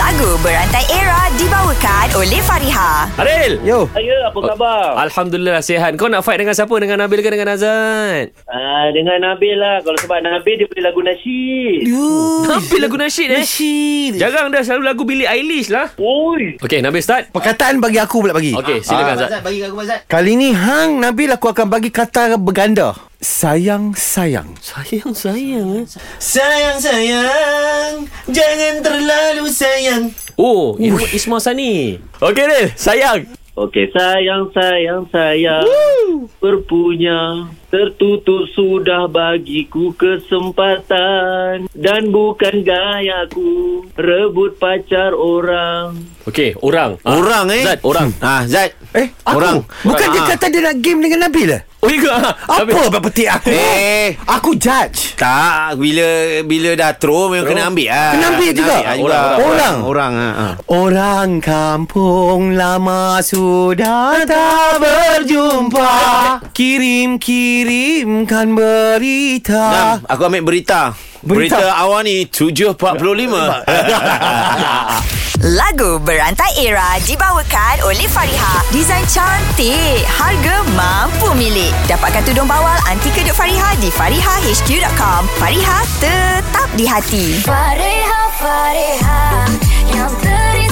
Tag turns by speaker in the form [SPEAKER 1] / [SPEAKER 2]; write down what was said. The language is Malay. [SPEAKER 1] Lagu Berantai Era dibawakan oleh Fariha.
[SPEAKER 2] Aril
[SPEAKER 3] Yo,
[SPEAKER 4] Saya apa khabar?
[SPEAKER 2] Alhamdulillah sihat Kau nak fight dengan siapa? Dengan Nabil ke dengan Azad?
[SPEAKER 4] Ah, dengan Nabil lah. Kalau sebab Nabil dia boleh lagu nasyid.
[SPEAKER 2] Nabil lagu nasyid eh
[SPEAKER 3] Nasyid.
[SPEAKER 2] Jarang dah selalu lagu Billie Eilish lah
[SPEAKER 4] Oi.
[SPEAKER 2] Okay Nabil start
[SPEAKER 3] Perkataan bagi aku pula bagi.
[SPEAKER 2] Okay silakan Azad
[SPEAKER 5] Mazat, bagi aku Mazat.
[SPEAKER 3] Kali ni hang Nabil aku akan bagi kata berganda. Sayang sayang.
[SPEAKER 2] Sayang sayang eh.
[SPEAKER 5] Sayang, sayang. Jangan terlalu sayang.
[SPEAKER 2] Oh Irwan Ismail Sani Okay Aril Sayang
[SPEAKER 4] Okey, sayang, sayang, sayang. Berpunya. Tertutup sudah bagiku kesempatan. Dan bukan gayaku. Rebut pacar orang.
[SPEAKER 2] Okay orang Ah,
[SPEAKER 5] Orang eh.
[SPEAKER 2] Zat orang
[SPEAKER 5] Ah, Zat.
[SPEAKER 3] Eh, aku.
[SPEAKER 5] Orang.
[SPEAKER 3] Bukan
[SPEAKER 5] Orang,
[SPEAKER 3] dia
[SPEAKER 5] ah.
[SPEAKER 3] kata dia nak game dengan Nabil eh?
[SPEAKER 2] Oh iya ke? Ah, Nabil.
[SPEAKER 3] Apa apa petik aku?
[SPEAKER 5] Eh.
[SPEAKER 3] Aku judge.
[SPEAKER 5] Tak, bila bila dah throw memang kena ambil ah.
[SPEAKER 3] Kena ambil juga?
[SPEAKER 5] ah, juga.
[SPEAKER 3] Orang, orang.
[SPEAKER 5] Orang ah. ah.
[SPEAKER 3] Orang kampung lama sudah tak berjumpa Kirim-kirimkan berita
[SPEAKER 5] Nam, aku ambil berita.
[SPEAKER 3] Berita.
[SPEAKER 5] Berita, awal ni 7.45.
[SPEAKER 1] Lagu Berantai Era dibawakan oleh Fariha. Desain cantik, harga mampu milik. Dapatkan tudung bawal anti kedut Fariha di farihahq.com. Fariha tetap di hati.
[SPEAKER 6] Fareha, fareha, yang teris